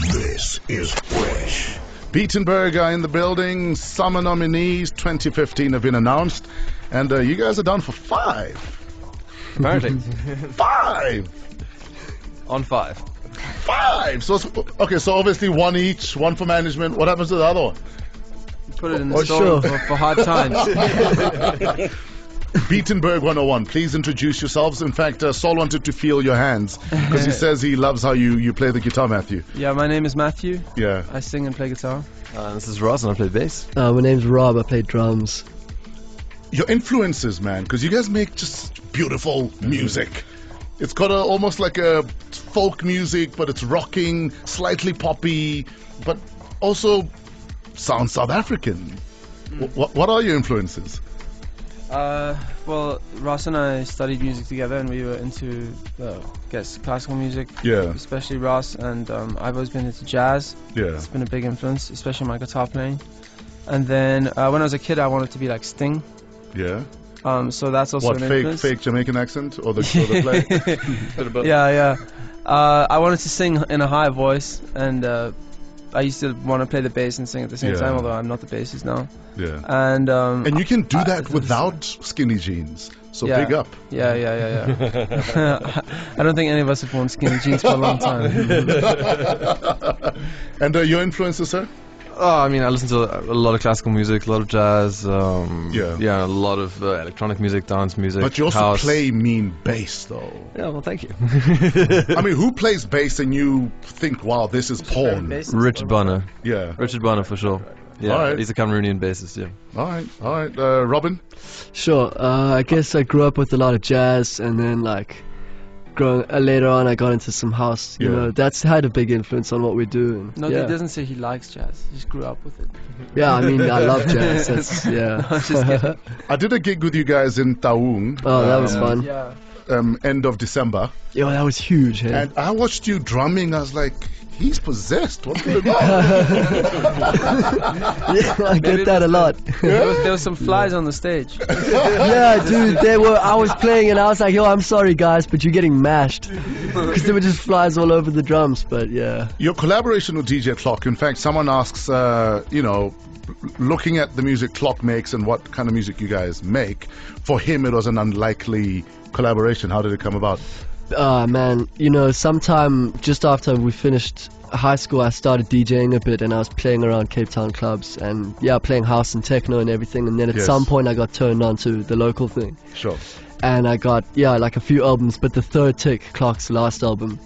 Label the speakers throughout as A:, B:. A: This is fresh.
B: Beatenberger in the building. Summer nominees 2015 have been announced, and uh, you guys are down for five.
C: Apparently,
B: Five!
C: on five.
B: Five! So, it's, okay, so obviously one each, one for management. What happens to the other one?
C: Put it in the
B: Oh,
C: store
B: sure.
C: for, for hard times.
B: Beatenberg 101, please introduce yourselves. In fact, uh, Saul wanted to feel your hands because he says he loves how you, you play the guitar, Matthew.
C: yeah, my name is Matthew.
B: Yeah.
C: I sing and play guitar.
D: Uh, this is Ross, and I play bass.
E: Uh, my name's Rob. I play drums.
B: your influences, man, because you guys make just beautiful music. It's got a, almost like a folk music, but it's rocking, slightly poppy, but also sounds South African. What, what are your influences?
C: Uh, well, Ross and I studied music together, and we were into, uh, I guess, classical music,
B: Yeah,
C: especially Ross. And um, I've always been into jazz.
B: yeah.
C: It's been a big influence, especially my guitar playing. And then uh, when I was a kid, I wanted to be like Sting.
B: Yeah.
C: Um, so that's also
B: What
C: an
B: fake
C: influence.
B: fake Jamaican accent or the, or the play?
C: yeah, yeah. Uh, I wanted to sing in a high voice, and uh, I used to want to play the bass and sing at the same
B: Yeah.
C: time, although I'm not the bassist now.
B: Yeah.
C: And um,
B: And you can do
C: I-
B: that
C: it's-
B: without skinny jeans. So
C: Yeah.
B: big up.
C: yeah, yeah, yeah, yeah. I don't think any of us have worn skinny jeans for a long time.
B: And uh, your influences, sir?
D: Oh, I mean, I listen to a lot of classical music, a lot of jazz. Um,
B: Yeah.
D: yeah, a lot of uh, electronic music, dance music.
B: But you also
D: house.
B: play mean bass, though.
D: Yeah, well, thank you.
B: I mean, who plays bass and you think, wow, this is porn?
D: Richard Bonner,
B: Yeah.
D: Richard Bonner for sure. Yeah,
B: Alright.
D: he's a Cameroonian bassist. Yeah.
B: All right. All right. Uh, Robin?
E: Sure. Uh, I guess I grew up with a lot of jazz, and then like, growing uh, later on, I got into some house. You
B: Yeah.
E: know, that's had a big influence on what we do. And,
C: No,
E: yeah.
C: he doesn't say he likes jazz. He just grew up with it.
E: yeah. I mean, I love jazz. That's, yeah.
C: I'm just kidding.
B: I did a gig with you guys in Taung,
E: oh, that was fun. Yeah.
C: yeah.
B: um, end of December,
E: that was huge. Hey?
B: and I watched you drumming. I was like, he's possessed. What's going on?
E: yeah, I
C: Maybe
E: get that a lot.
C: There, was, there was some flies on the stage.
E: yeah, dude. They were. I was playing, and I was like, "Yo, I'm sorry, guys, but you're getting mashed," because there were just flies all over the drums. But yeah.
B: Your collaboration with DJ Clock. In fact, someone asks, uh, you know, looking at the music Clock makes and what kind of music you guys make. For him, it was an unlikely collaboration. How did it come about?
E: Ah man, you know, sometime just after we finished high school, I started DJing a bit and I was playing around Cape Town clubs and yeah, playing house and techno and everything. And then at
B: Yes.
E: some point, I got turned on to the local thing
B: Sure.
E: and I got, yeah, like a few albums. But the third tick, Clark's last album,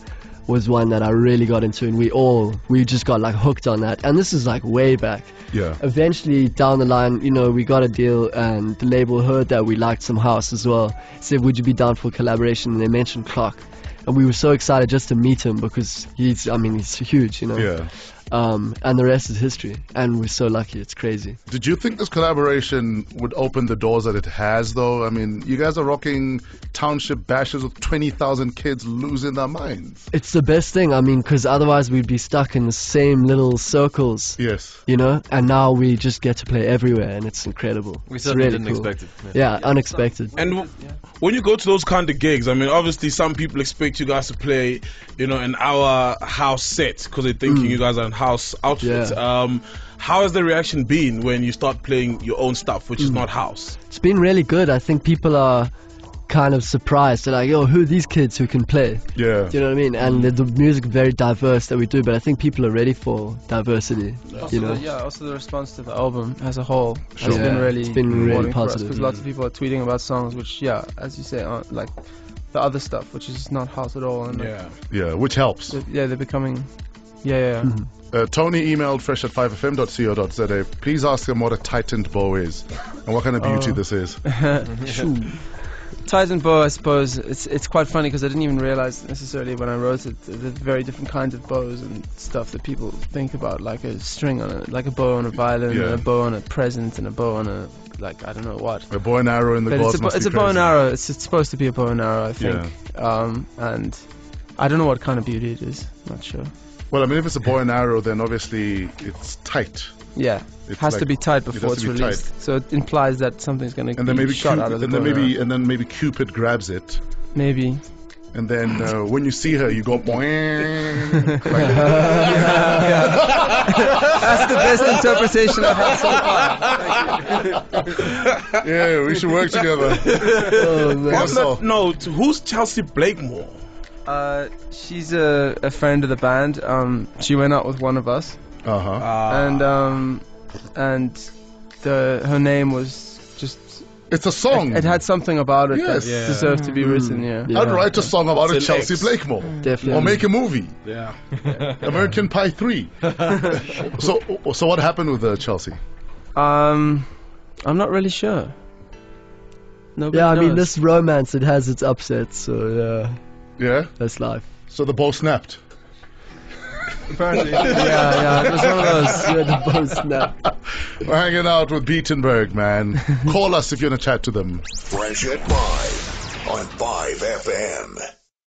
E: was one that I really got into and we all, we just got like hooked on that. And this is like way back
B: Yeah.
E: eventually down the line, you know, we got a deal and the label heard that we liked some house as well. Said, would you be down for collaboration? And they mentioned Clark. And we were so excited just to meet him because he's, I mean, he's huge, you know.
B: Yeah.
E: Um, and the rest is history. And we're so lucky. It's crazy.
B: Did you think this collaboration would open the doors that it has, though? I mean, you guys are rocking township bashes with 20,000 kids losing their minds.
E: It's the best thing, I mean, because otherwise we'd be stuck in the same little circles,
B: Yes.
E: you know. And now we just get to play everywhere, and it's incredible.
D: We
E: It's
D: certainly
E: really
D: didn't
E: cool.
D: expect it. Yeah.
E: Yeah, unexpected.
F: And w- when you go to those kind of gigs, I mean, obviously some people expect you guys to play, you know, an hour house set because they're thinking you guys are in house outfits.
E: Mm. Yeah.
F: Um, how has the reaction been when you start playing your own stuff, which is
E: Mm.
F: not house?
E: It's been really good. I think people are kind of surprised. They're like, "Yo, who are these kids who can play?"
B: Yeah.
E: Do you know what I mean? And the, the music very diverse that we do, but I think people are ready for diversity.
C: Also
E: You know?
C: the, yeah, also the response to the album as a whole has
E: Sure.
C: been
E: Yeah,
C: really
E: it's been really
C: rewarding for us
E: positive.
C: because lots of people are tweeting about songs, which yeah, as you say, aren't like the other stuff, which is not house at all, and like,
B: Yeah, which helps.
C: they're- yeah, they're becoming. Yeah, yeah, yeah.
B: Uh, Tony emailed fresh at 5fm.co.za. Please ask him what a tightened bow is and what kind of beauty
C: Oh.
B: this is.
C: Titan bow, I suppose it's it's quite funny because I didn't even realize necessarily when I wrote it the the very different kinds of bows and stuff that people think about, like a string on a like a bow on a violin,
B: Yeah.
C: and a bow on a present, and a bow on a like I don't know what.
B: A bow and arrow in the
C: But it's
B: gods
C: a, bo-
B: must
C: it's
B: be
C: a bow and
B: crazy.
C: arrow. It's, it's supposed to be a bow and arrow, I think. Um, and I don't know what kind of beauty it is. Not sure.
B: Well, I mean, if it's a bow and arrow, then obviously it's tight.
C: Yeah,
B: It's
C: has to
B: like-
C: be tight
B: has to
C: before it's
B: be tight.
C: released. So it implies that something's going to
B: And
C: be
B: then maybe
C: shot out of
B: Cupid, and
C: the
B: then
C: bow and
B: maybe, and then maybe Cupid grabs it,
C: arrow. maybe.
B: and then uh, when you see her, you go boing. like,
C: yeah, That's the best interpretation I've had so far.
B: Yeah, we should work together.
E: Oh, man.
F: On
B: so-
F: that note, who's Chelsea Blakemore?
C: Uh, she's a, a friend of the band. Um, she went out with one of us,
B: Uh huh.
C: and
E: Ah.
C: um, and the her name was just
B: It's a song.
C: it had something about it
B: Yes.
C: that
F: Yeah.
C: deserved to be written. Yeah.
E: Mm-hmm. Yeah,
B: I'd write a song about a
F: It's an
B: Chelsea
F: X.
B: Blakemore.
E: definitely.
B: Or make a movie,
F: yeah.
B: American Pie Three. so, so what happened with uh, Chelsea?
C: Um, I'm not really sure. Nobody
E: yeah, I mean,
C: knows.
E: this romance, it has its upsets, so yeah,
B: Yeah.
E: that's life.
B: So the bow snapped.
C: apparently. yeah, yeah, it was one of those.
E: Yeah, the bones snap.
B: We're hanging out with Beatenberg, man. Call us if you want to chat to them.
A: Fresh at 5 on 5 FM.